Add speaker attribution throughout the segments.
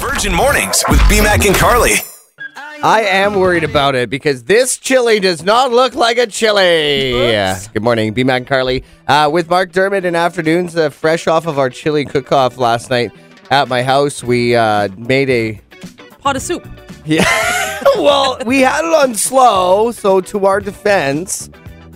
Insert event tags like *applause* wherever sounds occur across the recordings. Speaker 1: Virgin Mornings with BMAC and Carly.
Speaker 2: I am worried about it because this chili does not look like a chili. Good morning, B Mac and Carly. Uh, with Mark Dermott in afternoons, uh, fresh off of our chili cook off last night at my house, we uh, made a.
Speaker 3: pot of soup.
Speaker 2: Yeah. well, we had it on slow, so to our defense,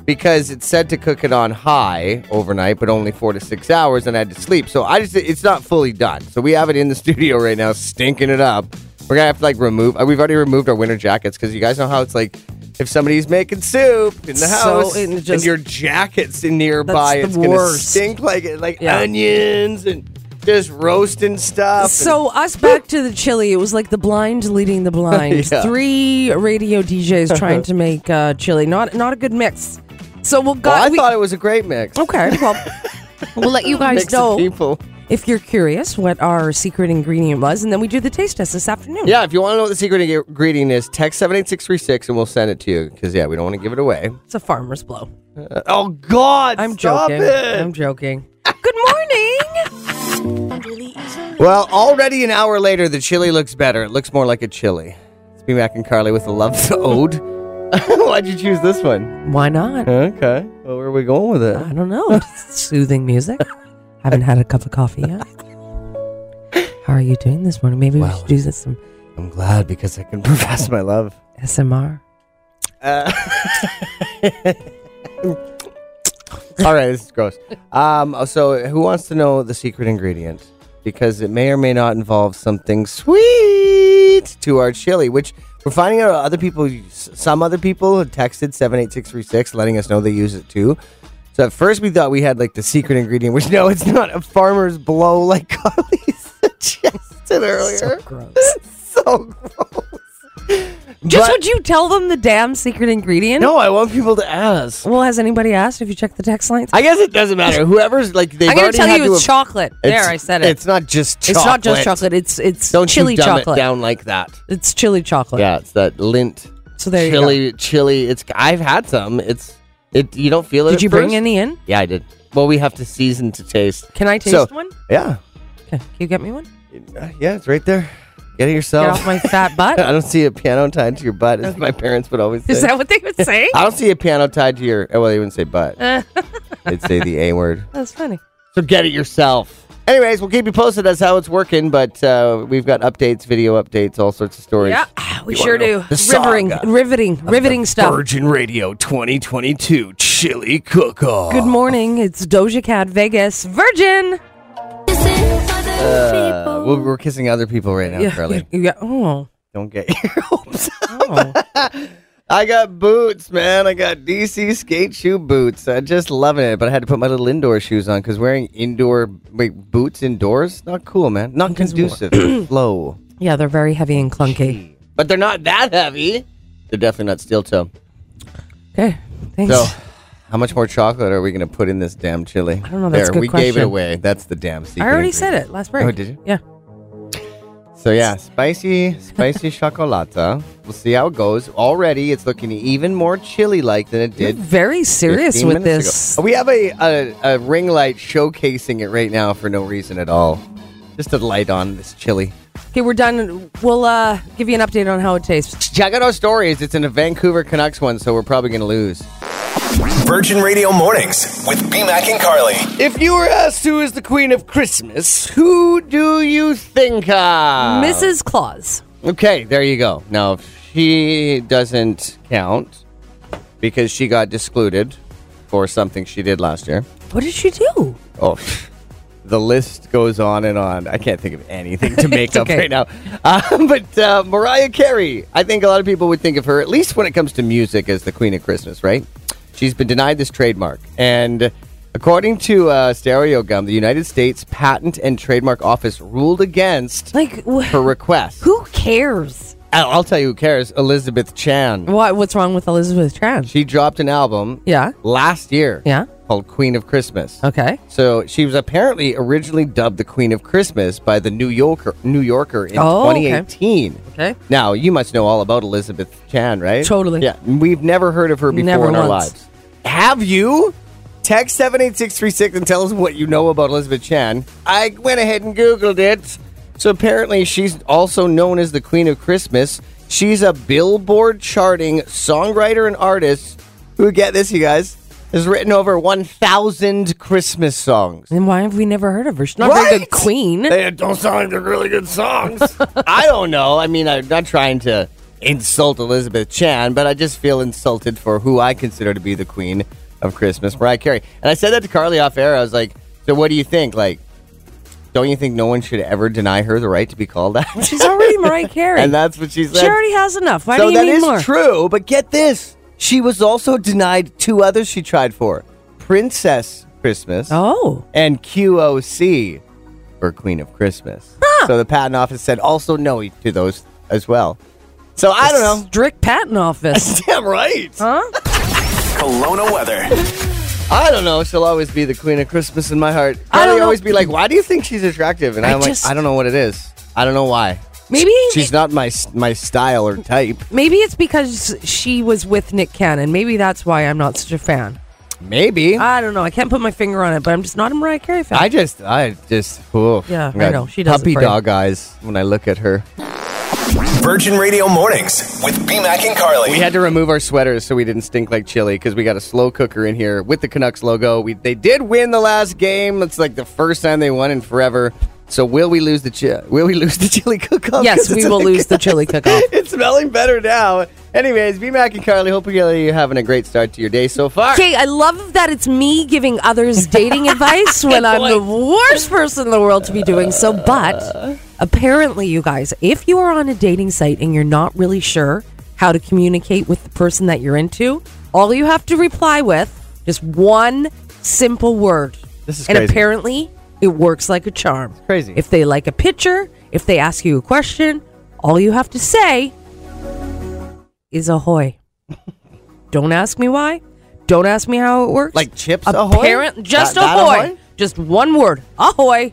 Speaker 2: because it said to cook it on high overnight, but only four to six hours, and I had to sleep. So I just, it's not fully done. So we have it in the *laughs* studio right now, stinking it up. We're gonna have to like remove. uh, We've already removed our winter jackets because you guys know how it's like. If somebody's making soup in the
Speaker 3: So
Speaker 2: house
Speaker 3: it
Speaker 2: and
Speaker 3: just-
Speaker 2: your jacket's in nearby,
Speaker 3: That's
Speaker 2: it's
Speaker 3: the
Speaker 2: gonna
Speaker 3: worst.
Speaker 2: stink like it, like
Speaker 3: Yeah.
Speaker 2: onions and just roasting stuff. and-
Speaker 3: So us back to the chili. It was like the blind leading the
Speaker 2: *laughs*
Speaker 3: blind.
Speaker 2: Yeah.
Speaker 3: Three radio DJs
Speaker 2: *laughs*
Speaker 3: trying to make uh, chili. Not not a good mix. So we'll go.
Speaker 2: well, I
Speaker 3: we-
Speaker 2: thought it was a great mix.
Speaker 3: okay. Well, *laughs* we'll let you guys
Speaker 2: Mix of
Speaker 3: know
Speaker 2: people.
Speaker 3: if you're curious what our secret ingredient was, and then we do the taste test this afternoon.
Speaker 2: Yeah, if you want to know what the secret ingredient is, text 78636 and we'll send it to you because, yeah, we don't want to give it away.
Speaker 3: It's a farmer's blow.
Speaker 2: Oh, God.
Speaker 3: I'm
Speaker 2: stop
Speaker 3: joking.
Speaker 2: it.
Speaker 3: I'm joking. Good
Speaker 2: *laughs*
Speaker 3: morning.
Speaker 2: well, already an hour later, the chili looks better. It looks more like a chili. It's me, Mac, and Carly with a love ode. *laughs* Why'd you choose this one?
Speaker 3: Why not?
Speaker 2: Okay. Well, where are we going with it?
Speaker 3: I don't know. Soothing music. Haven't had a cup of
Speaker 2: *laughs*
Speaker 3: coffee yet. How are you doing this morning? Maybe we
Speaker 2: Well,
Speaker 3: should do this some
Speaker 2: I'm glad because I can *laughs* profess my love.
Speaker 3: SMR.
Speaker 2: *laughs* All right, this is gross. Um, so, who wants to know the secret ingredient? Because it may or may not involve something sweet to our chili, which we're finding out other people, use- some other people had texted 78636, letting us know they use it too. So, at first, we thought we had like the secret ingredient, which *laughs* no, it's not a farmer's blow like Carly *laughs* suggested earlier.
Speaker 3: So gross.
Speaker 2: So, gross.
Speaker 3: *laughs* Just
Speaker 2: But-
Speaker 3: would you tell them the damn secret ingredient?
Speaker 2: No, I want people to ask.
Speaker 3: Well, has anybody asked if you check the text lines?
Speaker 2: I guess it doesn't matter. Whoever's like, they've
Speaker 3: am gonna
Speaker 2: already
Speaker 3: tell
Speaker 2: had
Speaker 3: you
Speaker 2: to
Speaker 3: it's
Speaker 2: have-
Speaker 3: chocolate.
Speaker 2: It's-
Speaker 3: there, I said it.
Speaker 2: It's not just chocolate.
Speaker 3: It's not just chocolate. It's it's
Speaker 2: Don't
Speaker 3: chili
Speaker 2: you dumb
Speaker 3: chocolate.
Speaker 2: it down like that.
Speaker 3: It's chili chocolate.
Speaker 2: Yeah, it's that lint.
Speaker 3: So there you
Speaker 2: chili, chili. It's I've had some. It's it. You don't feel it.
Speaker 3: Did
Speaker 2: at
Speaker 3: you bring
Speaker 2: first.
Speaker 3: any in?
Speaker 2: Yeah, I did. Well, we have to season to taste.
Speaker 3: Can I taste
Speaker 2: So-
Speaker 3: one?
Speaker 2: Yeah,
Speaker 3: Okay, can you get me one?
Speaker 2: yeah, it's right there. Get it
Speaker 3: Get
Speaker 2: yourself.
Speaker 3: off
Speaker 2: *laughs*
Speaker 3: my fat butt.
Speaker 2: I don't see a piano tied to your butt, as my parents would always say.
Speaker 3: *laughs* Is that what they would
Speaker 2: *laughs*
Speaker 3: say?
Speaker 2: I don't see a piano tied to your. Well, they wouldn't say butt.
Speaker 3: *laughs*
Speaker 2: They'd say the a word.
Speaker 3: That's funny.
Speaker 2: So get it yourself. Anyways, we'll keep you posted as how it's working, but uh, we've got updates, video updates, all sorts of stories.
Speaker 3: Yeah, ah, we
Speaker 2: You
Speaker 3: sure
Speaker 2: wanna know the
Speaker 3: do. Rivering,
Speaker 2: saga
Speaker 3: riveting, riveting stuff.
Speaker 2: Virgin Radio 2022 Chili Cook Off.
Speaker 3: Good morning. It's Doja Cat, Vegas, Virgin.
Speaker 2: Uh, we're, we're kissing other people right now, Carly.
Speaker 3: *laughs* you got- oh,
Speaker 2: Don't get *laughs* your hopes up.
Speaker 3: oh.
Speaker 2: *laughs* I got boots, man. I got DC skate shoe boots. I just loving it, but I had to put my little indoor shoes on because wearing indoor wait, boots indoors not cool, man. Not conducive. to *clears throat* Flow.
Speaker 3: yeah, they're very heavy and clunky.
Speaker 2: But they're not that heavy. They're definitely not steel toe.
Speaker 3: Okay, thanks.
Speaker 2: So, how much more chocolate are we going to put in this damn chili? I
Speaker 3: don't know. That's
Speaker 2: there,
Speaker 3: a good
Speaker 2: we gave it
Speaker 3: question.
Speaker 2: away. That's the damn secret.
Speaker 3: I already
Speaker 2: ingredient.
Speaker 3: said it last break.
Speaker 2: Oh, did you?
Speaker 3: Yeah.
Speaker 2: So yeah, spicy,
Speaker 3: *laughs*
Speaker 2: spicy chocolata. We'll see how it goes. Already, it's looking even more chili-like than it
Speaker 3: You're
Speaker 2: did.
Speaker 3: very serious
Speaker 2: 15
Speaker 3: with
Speaker 2: minutes
Speaker 3: this.
Speaker 2: ago. We have a, a a ring light showcasing it right now for no reason at all. Just a light on this chili.
Speaker 3: Okay, we're done. We'll uh, give you an update on how it tastes.
Speaker 2: Check out our stories. It's in a Vancouver Canucks one, so we're probably going to lose.
Speaker 1: Virgin Radio Mornings with BMAC and Carly.
Speaker 2: If you were asked who is the queen of Christmas, who do you think of? Uh,
Speaker 3: Mrs. Claus.
Speaker 2: Okay, there you go. Now, if she doesn't count because she got discluded for something she did last year.
Speaker 3: What did she do?
Speaker 2: Oh, *laughs* the list goes on and on. I can't think of anything
Speaker 3: *laughs*
Speaker 2: to make
Speaker 3: It's
Speaker 2: up
Speaker 3: okay.
Speaker 2: right now. Uh, *laughs* but uh, Mariah Carey, I think a lot of people would think of her, at least when it comes to music, as the queen of Christmas, right? She's been denied this trademark. And according to uh, Stereogum, the United States Patent and Trademark Office ruled against
Speaker 3: Like, wh-
Speaker 2: her request.
Speaker 3: who cares?
Speaker 2: I'll I'll tell you who cares. Elizabeth Chan.
Speaker 3: What, what's wrong with Elizabeth Tran?
Speaker 2: She dropped an album
Speaker 3: Yeah.
Speaker 2: last year
Speaker 3: Yeah.
Speaker 2: called Queen of Christmas.
Speaker 3: Okay.
Speaker 2: So she was apparently originally dubbed the Queen of Christmas by the New Yorker New Yorker in
Speaker 3: Oh, okay.
Speaker 2: 2018.
Speaker 3: Okay.
Speaker 2: Now you must know all about Elizabeth Chan, right?
Speaker 3: Totally.
Speaker 2: Yeah. We've never heard of her before
Speaker 3: Never
Speaker 2: in our
Speaker 3: once.
Speaker 2: lives. Have you? Text seven eight six three six and tell us what you know about Elizabeth Chan. I went ahead and Googled it. So apparently, she's also known as the Queen of Christmas. She's a Billboard charting songwriter and artist who, get this, you guys, has written over 1,000 Christmas songs.
Speaker 3: Then why have we never heard of her? She's not very
Speaker 2: Right?
Speaker 3: good queen.
Speaker 2: They don't sound like they're really good songs. I don't know. I mean, I'm not trying to insult Elizabeth Chan, but I just feel insulted for who I consider to be the queen of Christmas, Mariah Carey. And I said that to Carly off air. I was like, "So what do you think? Like, don't you think no one should ever deny her the right to be called that?"
Speaker 3: She's already Mariah
Speaker 2: *laughs*
Speaker 3: Carey.
Speaker 2: and that's what she said.
Speaker 3: she already has enough. Why
Speaker 2: so
Speaker 3: do you
Speaker 2: that
Speaker 3: need
Speaker 2: is
Speaker 3: more?
Speaker 2: true. But get this: she was also denied two others she tried for: Princess Christmas
Speaker 3: Oh,
Speaker 2: and QOC for Queen of Christmas. So the patent office said also no to those as well. So I don't know.
Speaker 3: Strict
Speaker 2: *laughs*
Speaker 3: patent *laughs* office.
Speaker 2: Damn right.
Speaker 3: huh?
Speaker 1: Kelowna weather.
Speaker 2: I don't know. She'll always be the Queen of Christmas in my heart.
Speaker 3: I don't
Speaker 2: Carly
Speaker 3: know.
Speaker 2: always be like, "Why do you think she's attractive?" And
Speaker 3: I
Speaker 2: I'm
Speaker 3: just-
Speaker 2: like, "I don't know what it is. I don't know why.
Speaker 3: Maybe
Speaker 2: She's not my my style or type.
Speaker 3: maybe it's because she was with Nick Cannon. Maybe that's why I'm not such a fan.
Speaker 2: Maybe
Speaker 3: I don't know. I can't put my finger on it, but I'm just not a Mariah Carey fan.
Speaker 2: I just I just oof.
Speaker 3: Yeah, I
Speaker 2: Got
Speaker 3: know. She does it
Speaker 2: puppy
Speaker 3: for you.
Speaker 2: dog eyes when I look at her.
Speaker 1: Virgin Radio Mornings with BMAC and Carly.
Speaker 2: We had to remove our sweaters so we didn't stink like chili because we got a slow cooker in here with the Canucks logo. We, they did win the last game. It's like the first time they won in forever. So will we lose the chi- will we lose the chili cook off?
Speaker 3: yes, we will lose the chili cook-off.
Speaker 2: *laughs* It's smelling better now. Anyways, B Mac and Carly, hopefully you're having a great start to your day so far.
Speaker 3: Okay, I love that it's me
Speaker 2: *laughs*
Speaker 3: giving others dating advice when I'm the worst person in the world to be doing so. But apparently, you guys, if you are on a dating site and you're not really sure how to communicate with the person that you're into, all you have to reply with just one simple word.
Speaker 2: This is
Speaker 3: and
Speaker 2: crazy.
Speaker 3: apparently it works like a charm.
Speaker 2: crazy.
Speaker 3: If they like a picture, if they ask you a question, all you have to say
Speaker 2: *laughs*
Speaker 3: is ahoy. Don't ask me why. Don't ask me how it works.
Speaker 2: Like chips ahoy?
Speaker 3: Apparent, just
Speaker 2: That- that
Speaker 3: ahoy.
Speaker 2: ahoy?
Speaker 3: Just one word, ahoy.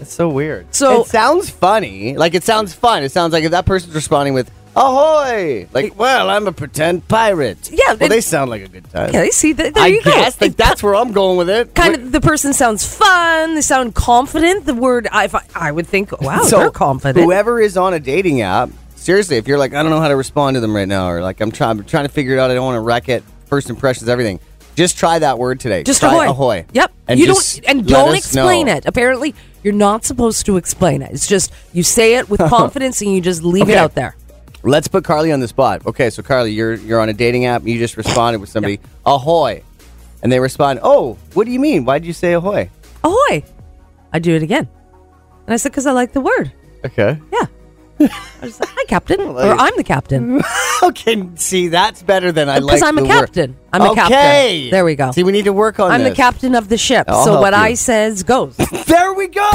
Speaker 2: It's so weird.
Speaker 3: So-
Speaker 2: it sounds funny. Like it sounds fun. It sounds like if that person's responding with "Ahoy," like, "Well, I'm a pretend pirate."
Speaker 3: Yeah,
Speaker 2: well,
Speaker 3: it-
Speaker 2: they sound like a good time.
Speaker 3: Okay, see, th- there
Speaker 2: I
Speaker 3: you
Speaker 2: guess
Speaker 3: go.
Speaker 2: like that's where I'm going with it.
Speaker 3: kind of the person sounds fun. They sound confident. The word I, if I, I would think,
Speaker 2: *laughs*
Speaker 3: wow,
Speaker 2: so
Speaker 3: Oh, they're confident.
Speaker 2: Whoever is on a dating app, seriously, if you're like, I don't know how to respond to them right now, or like I'm trying, I'm trying to figure it out. I don't want to wreck it. First impressions, everything. Just try that word today.
Speaker 3: just
Speaker 2: try
Speaker 3: ahoy.
Speaker 2: ahoy.
Speaker 3: Yep.
Speaker 2: And
Speaker 3: you
Speaker 2: just
Speaker 3: don't and
Speaker 2: let
Speaker 3: don't
Speaker 2: us know.
Speaker 3: explain it. Apparently, you're not supposed to explain it. It's just you say
Speaker 2: *laughs*
Speaker 3: it with confidence and you just leave
Speaker 2: Okay.
Speaker 3: it out there.
Speaker 2: Let's put Carly on the spot. Okay, so Carly, you're you're on a dating app. You just responded with somebody ahoy, and they respond, "Oh, what do you mean? Why did you say ahoy?"
Speaker 3: Ahoy. I do it again. And I said, because I like the word.
Speaker 2: Okay. *laughs*
Speaker 3: Yeah. I was like, hi, Captain. or I'm the captain.
Speaker 2: Okay. See, that's better than I like.
Speaker 3: Because I'm a
Speaker 2: the word.
Speaker 3: captain. I'm a captain.
Speaker 2: Okay.
Speaker 3: There we go.
Speaker 2: See, we need to work on.
Speaker 3: I'm the
Speaker 2: this.
Speaker 3: captain of the ship.
Speaker 2: I'll
Speaker 3: so
Speaker 2: help
Speaker 3: what
Speaker 2: you.
Speaker 3: I says goes.
Speaker 2: There we go.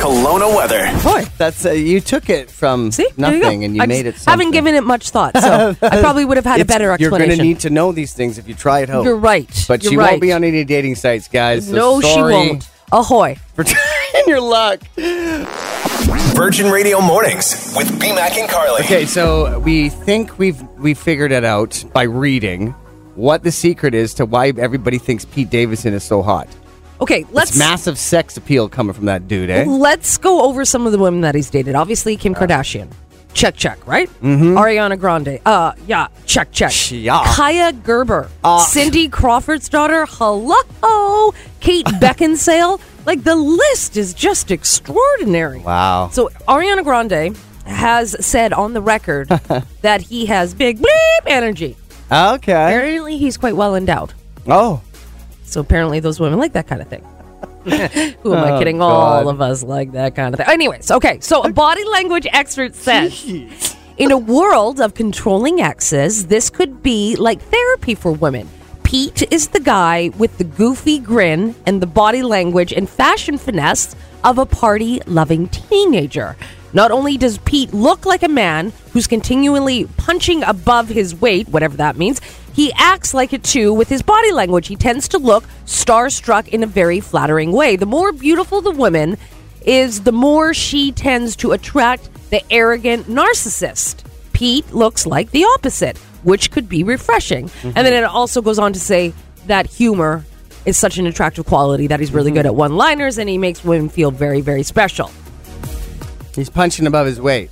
Speaker 1: Kelowna weather.
Speaker 3: Ahoy.
Speaker 2: That's uh, you took it from
Speaker 3: See? There you go.
Speaker 2: nothing and you
Speaker 3: I
Speaker 2: made it.
Speaker 3: just Haven't
Speaker 2: something.
Speaker 3: given it much thought.
Speaker 2: *laughs*
Speaker 3: So I probably would have had a
Speaker 2: It's-
Speaker 3: better
Speaker 2: You're going
Speaker 3: explanation.
Speaker 2: to need to know these things if you try it out.
Speaker 3: You're right.
Speaker 2: But
Speaker 3: You're
Speaker 2: she
Speaker 3: right.
Speaker 2: won't be on any dating sites, guys. so
Speaker 3: no, she
Speaker 2: sorry
Speaker 3: won't. Ahoy.
Speaker 2: For *laughs* trying your luck.
Speaker 1: Virgin Radio Mornings with BMAC and Carly.
Speaker 2: Okay, so we think we've we figured it out by reading what the secret is to why everybody thinks Pete Davidson is so hot.
Speaker 3: Okay, let's
Speaker 2: It's massive sex appeal coming from that dude, eh? Uh.
Speaker 3: Let's go over some of the women that he's dated. Obviously, Kim Kardashian. Check, check, right? Mm-hmm. Ariana Grande. Uh, yeah, check, check.
Speaker 2: Yeah.
Speaker 3: Kaya Gerber.
Speaker 2: Uh.
Speaker 3: Cindy Crawford's daughter. Hello.
Speaker 2: *laughs*
Speaker 3: Kate Beckinsale. like, the list is just extraordinary.
Speaker 2: Wow.
Speaker 3: So, Ariana Grande has said on
Speaker 2: *laughs*
Speaker 3: the record that he has big bleep energy.
Speaker 2: Okay.
Speaker 3: Apparently, he's quite well endowed.
Speaker 2: Oh.
Speaker 3: So apparently, those women like that kind of thing. *laughs* Who am I kidding?
Speaker 2: God.
Speaker 3: All of us like that kind of thing. Anyways, okay. So a body language expert says, in a world of controlling exes, this could be like therapy for women. Pete is the guy with the goofy grin and the body language and fashion finesse of a party loving teenager. Not only does Pete look like a man who's continually punching above his weight, whatever that means, he acts like it too with his body language. He tends to look starstruck in a very flattering way. The more beautiful the woman is, the more she tends to attract the arrogant narcissist. Pete looks like the opposite, which could be refreshing. And then it also goes on to say that humor Mm-hmm. is such an attractive quality that he's really good at one liners and he makes women feel very, very special.
Speaker 2: He's punching above his weight.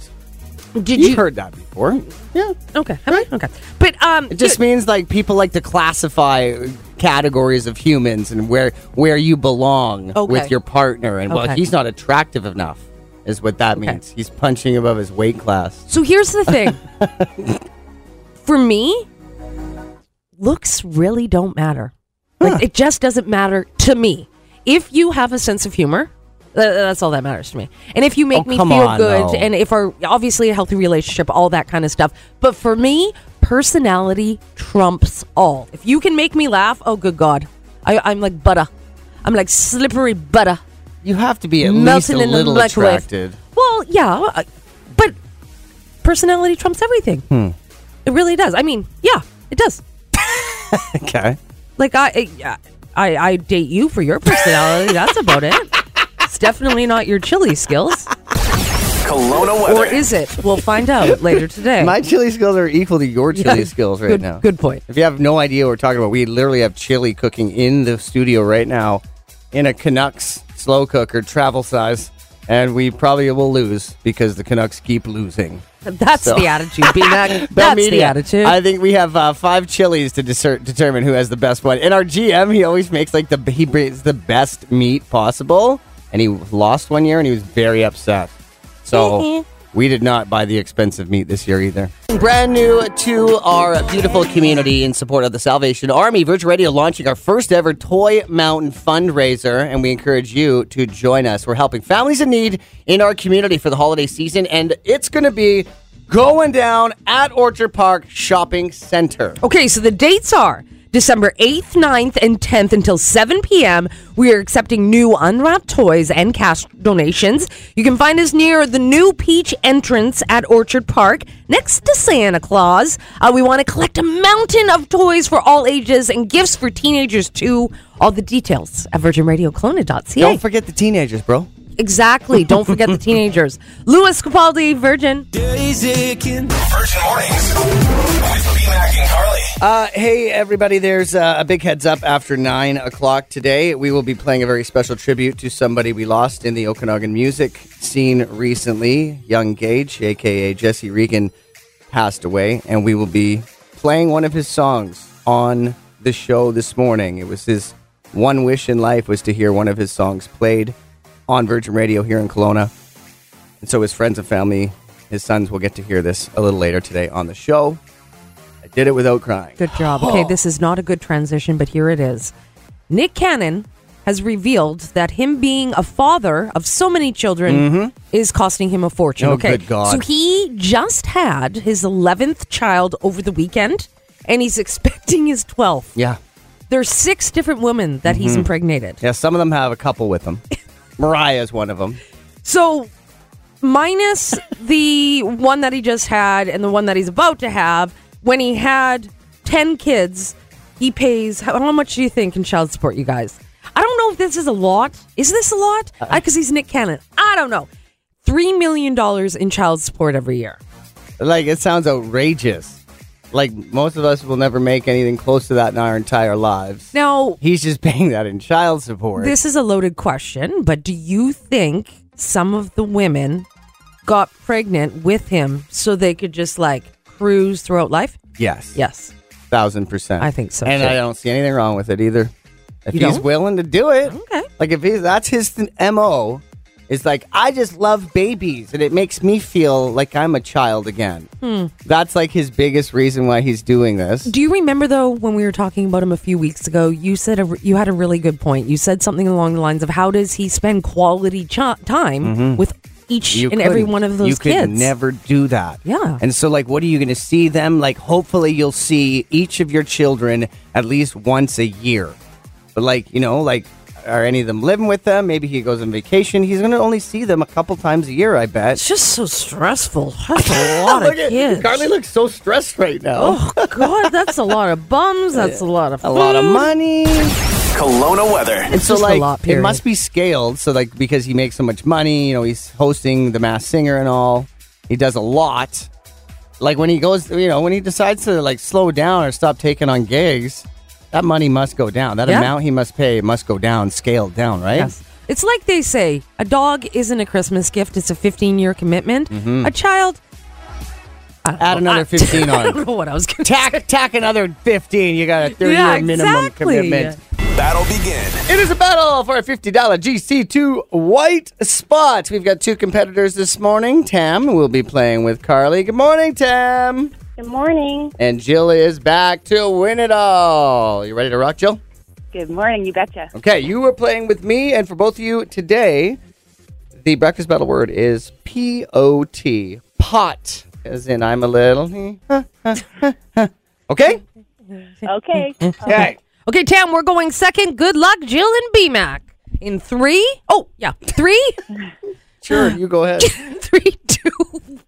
Speaker 3: Did
Speaker 2: You've
Speaker 3: you?
Speaker 2: heard that before. Yeah.
Speaker 3: Okay. Okay. But um,
Speaker 2: It just
Speaker 3: you-
Speaker 2: means like people like to classify categories of humans and where where you belong
Speaker 3: Okay.
Speaker 2: with your partner. And well,
Speaker 3: Okay.
Speaker 2: he's not attractive enough, is what that means. He's punching above his weight class.
Speaker 3: so here's the thing.
Speaker 2: *laughs*
Speaker 3: For me, looks really don't matter. Like it just doesn't matter to me. If you have a sense of humor, tha- that's all that matters to me. And if you make
Speaker 2: Oh,
Speaker 3: me
Speaker 2: come
Speaker 3: feel
Speaker 2: on,
Speaker 3: good,
Speaker 2: though.
Speaker 3: and if our obviously a healthy relationship, all that kind of stuff. But for me, personality trumps all. If you can make me laugh, oh good God, I, I'm like butter. I'm like slippery butter.
Speaker 2: You have to be at least
Speaker 3: melting
Speaker 2: a
Speaker 3: in the
Speaker 2: little
Speaker 3: microwave. *laughs*
Speaker 2: attracted.
Speaker 3: Well, yeah, uh, but personality trumps everything.
Speaker 2: Hmm.
Speaker 3: It really does. I mean, yeah, it does.
Speaker 2: Okay.
Speaker 3: Like I, I, I, I date you for your
Speaker 2: *laughs*
Speaker 3: personality. That's about it. It's definitely not your chili skills,
Speaker 1: Kelowna
Speaker 3: or
Speaker 1: weather.
Speaker 3: is it? We'll find out later today.
Speaker 2: My chili skills are equal to your chili skills right
Speaker 3: good,
Speaker 2: now.
Speaker 3: Good point.
Speaker 2: If you have no idea what we're talking about, we literally have chili cooking in the studio right now in a Canucks slow cooker travel size. And we probably will lose because the Canucks keep losing.
Speaker 3: That's
Speaker 2: So- *laughs*
Speaker 3: the attitude, B Mac.
Speaker 2: Bell
Speaker 3: That's the
Speaker 2: Media.
Speaker 3: attitude.
Speaker 2: I think we have uh, five chilies to discer- determine who has the best one. And our GM, he always makes like the he brings the best meat possible. And he lost one year, and he was very upset. So we did not buy the expensive meat this year either. Mm-hmm. Brand new to our beautiful community in support of the Salvation Army, Virgin Radio launching our first ever Toy Mountain fundraiser, and we encourage you to join us. We're helping families in need in our community for the holiday season, and it's going to be going down at Orchard Park Shopping Center.
Speaker 3: Okay, so the dates are December 8th, 9th, and 10th until 7 p.m. We are accepting new unwrapped toys and cash donations. You can find us near the new Peach entrance at Orchard Park next to Santa Claus. Uh, we want to collect a mountain of toys for all ages and gifts for teenagers too. All the details at virginradioclona.ca.
Speaker 2: Don't forget the teenagers, bro.
Speaker 3: exactly. Don't forget the teenagers. Louis Capaldi, Virgin.
Speaker 1: Virgin Mornings with BMAC and Carly.
Speaker 2: Uh, hey, everybody, there's uh, a big heads up after 9 o'clock today. We will be playing a very special tribute to somebody we lost in the Okanagan music scene recently. Young Gage, aka Jesse Regan, passed away, and we will be playing one of his songs on the show this morning. It was his one wish in life was to hear one of his songs played on Virgin Radio here in Kelowna. And so his friends and family, his sons, will get to hear this a little later today on the show. I did it without crying.
Speaker 3: Good job.
Speaker 2: *gasps*
Speaker 3: Okay, this is not a good transition, but here it is. Nick Cannon has revealed that him being a father of so many children is costing him a fortune.
Speaker 2: Mm-hmm. Oh,
Speaker 3: okay.
Speaker 2: good God.
Speaker 3: So he just had his 11th child over the weekend and he's *laughs* expecting his 12th.
Speaker 2: Yeah.
Speaker 3: There's six different women that
Speaker 2: Mm-hmm.
Speaker 3: he's impregnated.
Speaker 2: Yeah, some of them have a couple with
Speaker 3: *laughs*
Speaker 2: them. Mariah's one of them.
Speaker 3: So, minus the one that he just had and the one that he's about to have, when he had 10 kids, he pays how, how much do you think in child support, you guys? I don't know if this is a lot. Is this a lot? Because he's Nick Cannon. I don't know. $3 million in child support every year.
Speaker 2: Like, it sounds outrageous. Like, most of us will never make anything close to that in our entire lives.
Speaker 3: Now,
Speaker 2: He's just *laughs* paying that in child support.
Speaker 3: this is a loaded question, but do you think some of the women got pregnant with him so they could just like cruise throughout life?
Speaker 2: yes.
Speaker 3: Yes.
Speaker 2: Thousand percent.
Speaker 3: I think so,
Speaker 2: And
Speaker 3: too.
Speaker 2: I don't see anything wrong with it either. If
Speaker 3: You
Speaker 2: he's
Speaker 3: don't?
Speaker 2: willing to do it.
Speaker 3: Okay.
Speaker 2: Like, if he's, that's his th- MO. It's like, I just love babies and it makes me feel like I'm a child again.
Speaker 3: Hmm.
Speaker 2: That's like his biggest reason why he's doing this.
Speaker 3: Do you remember though when we were talking about him a few weeks ago? You said a, you had a really good point. You said something along the lines of how does he spend quality ch- time with each
Speaker 2: Mm-hmm. You
Speaker 3: and every
Speaker 2: couldn't.
Speaker 3: one of those
Speaker 2: you
Speaker 3: kids?
Speaker 2: could never do that.
Speaker 3: Yeah.
Speaker 2: And so, like, what are you going to see them? Like, hopefully, you'll see each of your children at least once a year. But, like, you know, like, are any of them living with them? Maybe he goes on vacation. He's going to only see them a couple times a year, I bet.
Speaker 3: it's just
Speaker 2: *laughs*
Speaker 3: so stressful. That's a lot of
Speaker 2: Look at-
Speaker 3: kids.
Speaker 2: Carly looks so stressed right now.
Speaker 3: oh God, that's a lot of bums. That's a lot of
Speaker 2: A lot of
Speaker 3: food.
Speaker 2: money.
Speaker 1: Kelowna weather.
Speaker 2: And so,
Speaker 3: just a
Speaker 2: like,
Speaker 3: lot,
Speaker 2: it
Speaker 3: period.
Speaker 2: must be scaled. So, like, because he makes so much money, you know, he's hosting The Masked Singer and all. He does a lot. Like when he goes, you know, when he decides to like slow down or stop taking on gigs, that money must go down. That
Speaker 3: Yeah.
Speaker 2: amount he must pay must go down, scaled down, right?
Speaker 3: Yes. It's like they say a dog isn't a Christmas gift, it's a 15 year commitment.
Speaker 2: Mm-hmm.
Speaker 3: A child. I don't
Speaker 2: Add
Speaker 3: know.
Speaker 2: another
Speaker 3: I-
Speaker 2: 15
Speaker 3: *laughs* I
Speaker 2: on.
Speaker 3: don't know what I was going to
Speaker 2: Tack, tack another 15. You got a 30
Speaker 3: Yeah,
Speaker 2: year minimum
Speaker 3: exactly.
Speaker 2: commitment.
Speaker 1: Battle begin.
Speaker 2: It is a battle for a $50 GC2 white spot. We've got two competitors this morning. Tam will be playing with Carly. Good morning, Tam.
Speaker 4: Good morning.
Speaker 2: And Jill is back to win it all. You ready to rock, Jill?
Speaker 4: Good morning. You betcha.
Speaker 2: Okay, you were playing with me, and for both of you today, the breakfast battle word is P O T, pot, as in I'm a little. *laughs* okay?
Speaker 4: Okay.
Speaker 2: Okay.
Speaker 3: Okay, Tam, we're going second. Good luck, Jill and B Mac. In three, oh yeah, three, *laughs*
Speaker 2: Sure, you go ahead.
Speaker 3: three, two. You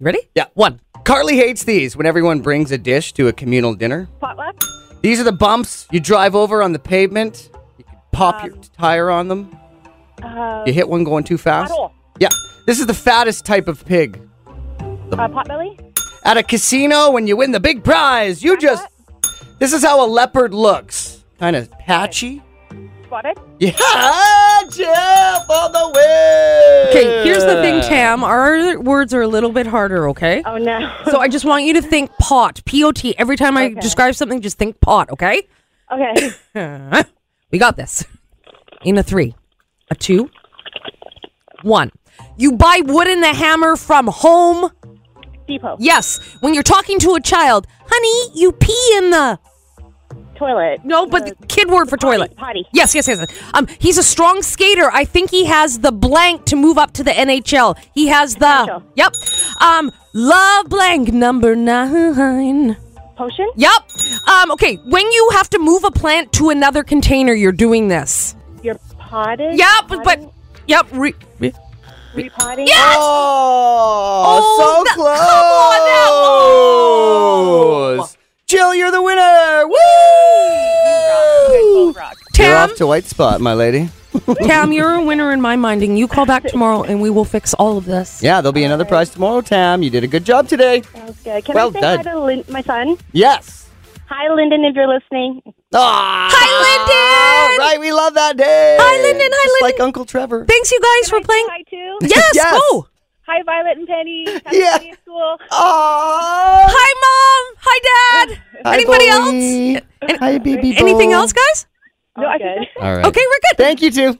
Speaker 3: ready?
Speaker 2: Yeah.
Speaker 3: One.
Speaker 2: Carly hates these when everyone brings a dish to a communal dinner.
Speaker 4: Potluck.
Speaker 2: These are the bumps you drive over on the pavement. You can pop your tire on them.
Speaker 4: Uh,
Speaker 2: You hit one going too fast.
Speaker 4: Pothole.
Speaker 2: Yeah. This is the fattest type of pig.
Speaker 4: uh, potbelly.
Speaker 2: At a casino, when you win the big prize, you just. This is how a leopard looks. Kind of patchy.
Speaker 4: Spotted.
Speaker 2: *laughs* Yeah, Jeff on the way.
Speaker 3: Okay, here's the thing, Tam. Our words are a little bit harder, okay?
Speaker 4: Oh no. *laughs*
Speaker 3: So I just want you to think pot, P O T. Every time I
Speaker 4: Okay.
Speaker 3: describe something, just think pot, okay?
Speaker 4: Okay.
Speaker 3: We got this. In a three, a two, one. You buy wood and a hammer from home.
Speaker 4: Depot.
Speaker 3: Yes. When you're talking to a child, honey, you pee in the.
Speaker 4: Toilet.
Speaker 3: No, but the kid word for toilet.
Speaker 4: Uh, potty.
Speaker 3: Yes, yes, yes. Um, he's a strong skater. I think he has the blank to move up to the NHL. He has the.
Speaker 4: Potential.
Speaker 3: Yep. Um, love blank number nine.
Speaker 4: Potion.
Speaker 3: Yep. Um, okay. When you have to move a plant to another container, you're doing this.
Speaker 4: You're potted.
Speaker 3: Yep, but, but yep. Re-
Speaker 4: repotting.
Speaker 3: Yes!
Speaker 2: Oh,
Speaker 3: Oh,
Speaker 2: so
Speaker 3: that-
Speaker 2: close.
Speaker 3: come on, that- oh.
Speaker 2: Jill, you're the winner. Woo! You're
Speaker 3: Tam,
Speaker 2: off to white spot, my lady. *laughs*
Speaker 3: Tam, you're a winner in my minding. You call back tomorrow, and we will fix all of this.
Speaker 2: Yeah, there'll be another prize tomorrow, Tam. You did a good job today.
Speaker 4: Sounds good. Can
Speaker 2: Well
Speaker 4: I say
Speaker 2: done.
Speaker 4: hi to Lin- my son?
Speaker 2: Yes.
Speaker 4: Hi, Lyndon, if you're listening.
Speaker 2: Ah,
Speaker 3: Hi, Lyndon!
Speaker 2: All right, we love that day.
Speaker 3: Hi, Lyndon. Hi,
Speaker 2: Just
Speaker 3: Lyndon.
Speaker 2: like Uncle Trevor.
Speaker 3: Thanks, you guys, for playing.
Speaker 4: Hi too.
Speaker 3: Yes,
Speaker 2: *laughs*
Speaker 3: Oh,
Speaker 2: Yes.
Speaker 3: go.
Speaker 4: Hi, Violet and Penny. Happy
Speaker 2: Yeah.
Speaker 4: to be at school.
Speaker 2: Oh.
Speaker 3: Hi, mom. Hi, dad. Anybody else?
Speaker 2: Hi, baby.
Speaker 3: Anything
Speaker 2: boy.
Speaker 3: else, guys?
Speaker 4: No, I think
Speaker 2: All right.
Speaker 3: Okay, we're good.
Speaker 2: Thank you too.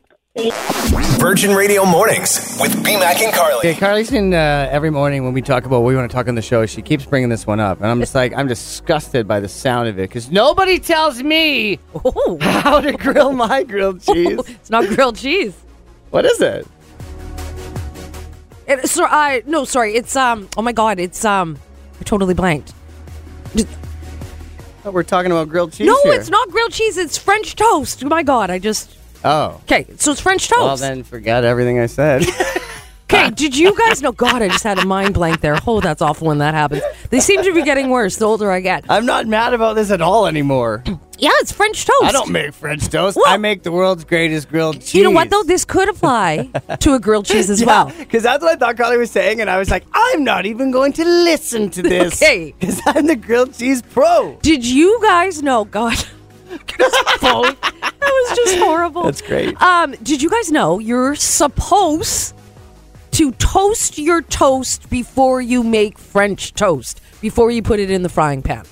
Speaker 1: Virgin Radio Mornings with BMAC and
Speaker 2: Okay,
Speaker 1: Carly.
Speaker 2: Carly's in uh, every morning when we talk about what we want to talk on the show. She keeps bringing this one up, and I'm just like, I'm disgusted by the sound of it because nobody tells me
Speaker 3: Oh,
Speaker 2: how to *laughs* grill my
Speaker 3: *laughs*
Speaker 2: grilled cheese.
Speaker 3: it's not grilled cheese.
Speaker 2: What is it?
Speaker 3: It, so, uh, no, sorry. It's um. Oh my God. It's um. I totally blanked.
Speaker 2: Oh, we're talking about grilled cheese.
Speaker 3: No,
Speaker 2: here.
Speaker 3: it's not grilled cheese. It's French toast. Oh my God. I just.
Speaker 2: Oh,
Speaker 3: Okay, so it's French toast.
Speaker 2: well then, ah. forget everything I said.
Speaker 3: *laughs* Okay, did you guys know? God, I just had a mind blank there. Oh, that's awful when that happens. They seem to be getting worse the older I get.
Speaker 2: I'm not mad about this at all anymore.
Speaker 3: Yeah, it's French toast.
Speaker 2: I don't make French toast.
Speaker 3: Well-
Speaker 2: I make the world's greatest grilled cheese.
Speaker 3: You know what though? This
Speaker 2: *laughs*
Speaker 3: could apply to a grilled cheese as well.
Speaker 2: Because that's what I thought Carly was saying, and I was like, I'm not even going to listen
Speaker 3: *laughs*
Speaker 2: to this.
Speaker 3: Okay.
Speaker 2: Because I'm the grilled cheese pro.
Speaker 3: Did you guys know? God, *laughs* that was just horrible.
Speaker 2: That's great.
Speaker 3: Um, did you guys know you're supposed to toast your toast before you make French toast before you put it in the frying pan?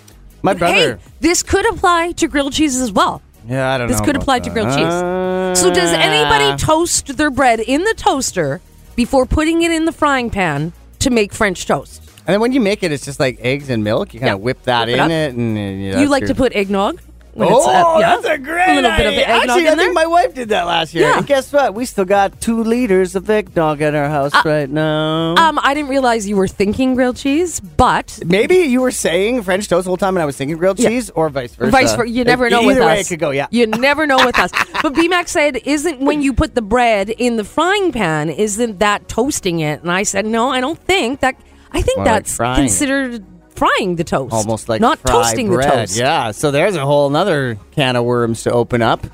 Speaker 2: My
Speaker 3: Hey, this could apply to grilled cheeses as well.
Speaker 2: yeah, I don't
Speaker 3: This
Speaker 2: know.
Speaker 3: could
Speaker 2: about
Speaker 3: apply
Speaker 2: that.
Speaker 3: to
Speaker 2: Ah.
Speaker 3: grilled cheese. So does anybody toast their bread in the toaster before putting it in the frying pan to make French toast?
Speaker 2: and then when you make it, it's just like eggs and milk. You kind
Speaker 3: Yeah.
Speaker 2: of whip that
Speaker 3: Whip
Speaker 2: in
Speaker 3: it up.
Speaker 2: it, and, and yeah,
Speaker 3: you
Speaker 2: that's
Speaker 3: like
Speaker 2: your-
Speaker 3: to put eggnog? When
Speaker 2: Oh,
Speaker 3: uh, yeah?
Speaker 2: that's a great
Speaker 3: little bit of
Speaker 2: idea.
Speaker 3: eggnog
Speaker 2: Actually,
Speaker 3: in
Speaker 2: I
Speaker 3: there?
Speaker 2: think my wife did that last year.
Speaker 3: Yeah.
Speaker 2: And guess what? We still got two liters of eggnog at our house right now.
Speaker 3: Uh, Um, I didn't realize you were thinking grilled cheese, but
Speaker 2: Maybe you were saying French toast the whole time, and I was thinking grilled
Speaker 3: Yeah.
Speaker 2: cheese, or vice versa.
Speaker 3: vice versa. You never
Speaker 2: Like,
Speaker 3: know
Speaker 2: Either
Speaker 3: with
Speaker 2: way
Speaker 3: us.
Speaker 2: it could go. Yeah.
Speaker 3: You never know with us. But BMAC said, isn't when you put the bread in the frying pan, isn't that toasting it? And I said, no, I don't think that. I think
Speaker 2: More like
Speaker 3: that's
Speaker 2: frying it.
Speaker 3: considered frying the toast.
Speaker 2: almost like
Speaker 3: not
Speaker 2: fry
Speaker 3: toasting
Speaker 2: bread.
Speaker 3: the toast.
Speaker 2: Yeah, so there's a whole another can of worms to open up.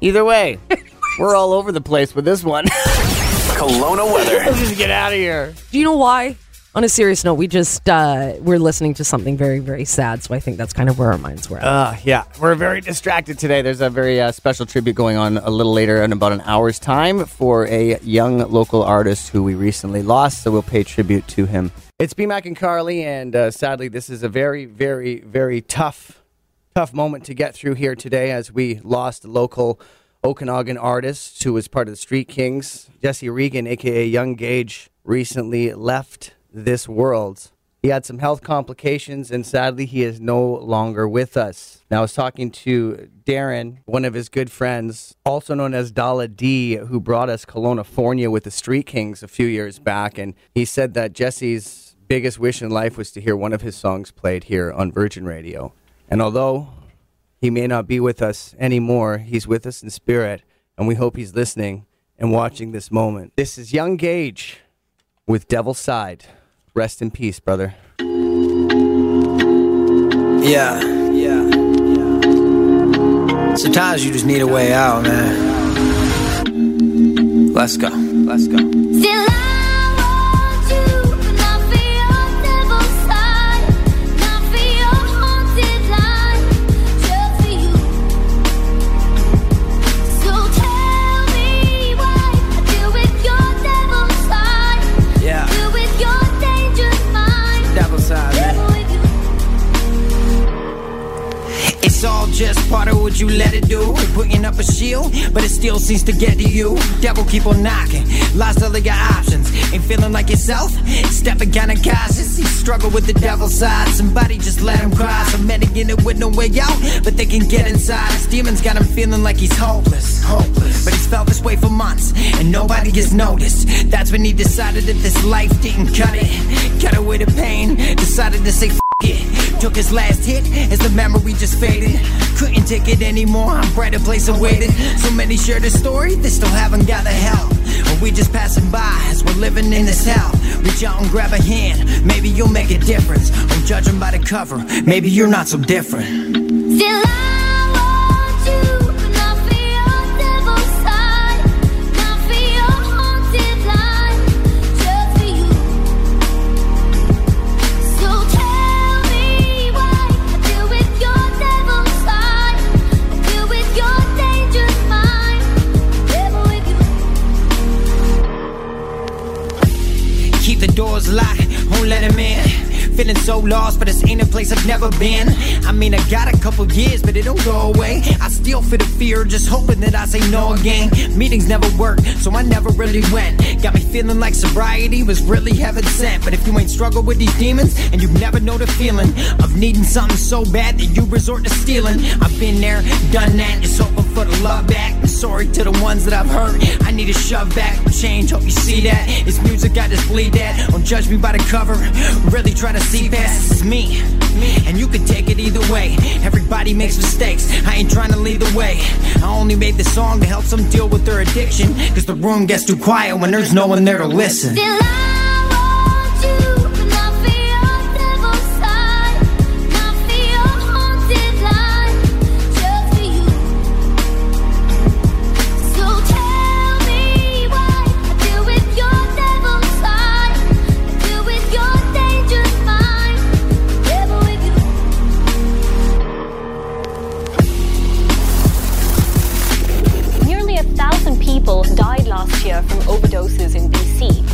Speaker 2: Either
Speaker 3: *laughs*
Speaker 2: way, we're all over the place with this one.
Speaker 1: Kelowna weather.
Speaker 2: *laughs* Let's just get out of here.
Speaker 3: Do you know why? on a serious note, we just uh, we're listening to something very, very sad. So I think that's kind of where our minds were. at.
Speaker 2: Uh, yeah, we're very distracted today. There's a very uh, special tribute going on a little later in about an hour's time for a young local artist who we recently lost. So we'll pay tribute to him. It's B Mac and Carly, and uh, sadly, this is a very, very, very tough, tough moment to get through here today as we lost a local Okanagan artist who was part of the Street Kings. Jesse Regan, aka Young Gage, recently left this world. He had some health complications, and sadly, he is no longer with us. Now, I was talking to Darren, one of his good friends, also known as Dala D, who brought us California with the Street Kings a few years back, and he said that Jesse's biggest wish in life was to hear one of his songs played here on Virgin Radio. And although he may not be with us anymore, he's with us in spirit, and we hope he's listening and watching this moment. This is Young Gage with Devil's Side. Rest in peace, brother.
Speaker 5: Yeah. Yeah. Sometimes you just need a way out, man. Let's go. Let's go.
Speaker 6: Still I want you, not for your devil's side, not for your haunted life, just for you. So tell me why I deal with your devil's side,
Speaker 5: Yeah.
Speaker 6: deal with your dangerous mind,
Speaker 5: Double side, man.
Speaker 6: devil with you.
Speaker 5: It's all just part of what you let it do. We're putting up a shield, but it still seems to get to you. Devil keep on knocking, lots of your options. Ain't feeling like yourself, stepping kinda cautious. You struggle with the devil's side, somebody just let him cry. Some men again it with no way out, but they can get inside. His demons got him feeling like he's hopeless, hopeless. But he's felt this way for months, and nobody has noticed. That's when he decided that this life didn't cut it. Cut away the pain, decided to say. F- it. Took his last hit as the memory just faded. Couldn't take it anymore. I'm brighter place awaited. So many share the story, they still haven't got the help. And we just passing by as we're living in this hell. Reach out and grab a hand. Maybe you'll make a difference. I'm judging by the cover. Maybe you're not so different.
Speaker 6: Still I want you, not for your devil's side, not for your haunted life, just for you. So tell me why I deal with your devil's side, I deal with your dangerous mind, devil with you.
Speaker 5: Keep the doors locked. Won't let him in. Feeling so lost, but this ain't a place I've never been. I mean, I got a couple years, but it don't go away. I still feel the fear, just hoping that I say no again. Meetings never work, so I never really went. Got me feeling like sobriety was really heaven sent. But if you ain't struggled with these demons, and you never know the feeling of needing something so bad that you resort to stealing, I've been there, done that, just hoping for the love back. I'm sorry to the ones that I've hurt. I need a shove back, change. Hope you see that. It's music, I just bleed that. Don't judge me by the cover. Really try to see past. It's me, me, and you can take it either way. Everybody makes mistakes. I ain't trying to lead the way. I only made this song to help some deal with their addiction. Cause the room gets too quiet when there's no one there to listen.
Speaker 6: Still I want you, not for your devil's side, not for your haunted life, just for you. So tell me why I deal with your devil's side, I deal with your dangerous mind, devil with you.
Speaker 7: Nearly a thousand people died last year from overdoses in BC.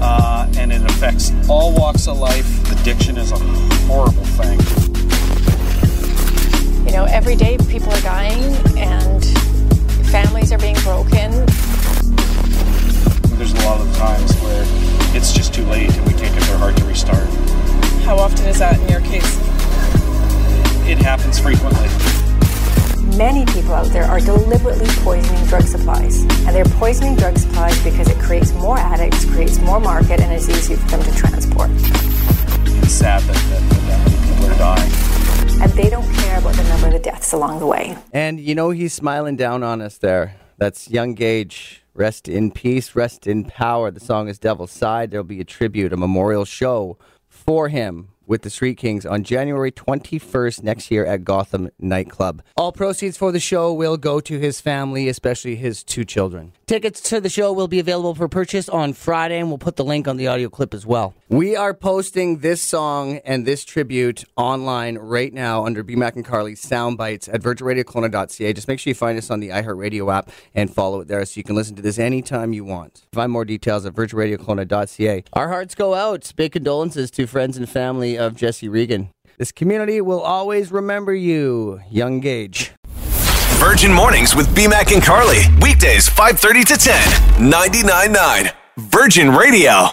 Speaker 8: uh, and it affects all walks of life. Addiction is a horrible thing.
Speaker 9: You know, every day people are dying and families are being broken.
Speaker 8: There's a lot of times where it's just too late and we can't get their heart to restart.
Speaker 10: How often is that in your case?
Speaker 8: It happens frequently.
Speaker 11: Many people out there are deliberately poisoning drug supplies. And they're poisoning drug supplies because it creates more addicts, creates more market, and it's easier for them to transport.
Speaker 8: It's sad that, that, that many people are dying.
Speaker 11: And they don't care about the number of the deaths along the way.
Speaker 2: And you know, he's smiling down on us there. That's Young Gage. Rest in peace, rest in power. The song is Devil's Side. There'll be a tribute, a memorial show for him with the Street Kings on January 21st next year at Gotham Nightclub. All proceeds for the show will go to his family, especially his two children.
Speaker 12: Tickets to the show will be available for purchase on Friday, and we'll put the link on the audio clip as well.
Speaker 2: We are posting this song and this tribute online right now under B Mac and Carly's soundbites at virginradioclona.ca. Just make sure you find us on the iHeartRadio app and follow it there so you can listen to this anytime you want. Find more details at virginradioclona.ca.
Speaker 12: Our hearts go out. Big condolences to friends and family of Jesse Regan.
Speaker 2: This community will always remember you, Young Gage.
Speaker 1: Virgin Mornings with BMAC and Carly. Weekdays 5:30 to 10. 99.9 Virgin Radio.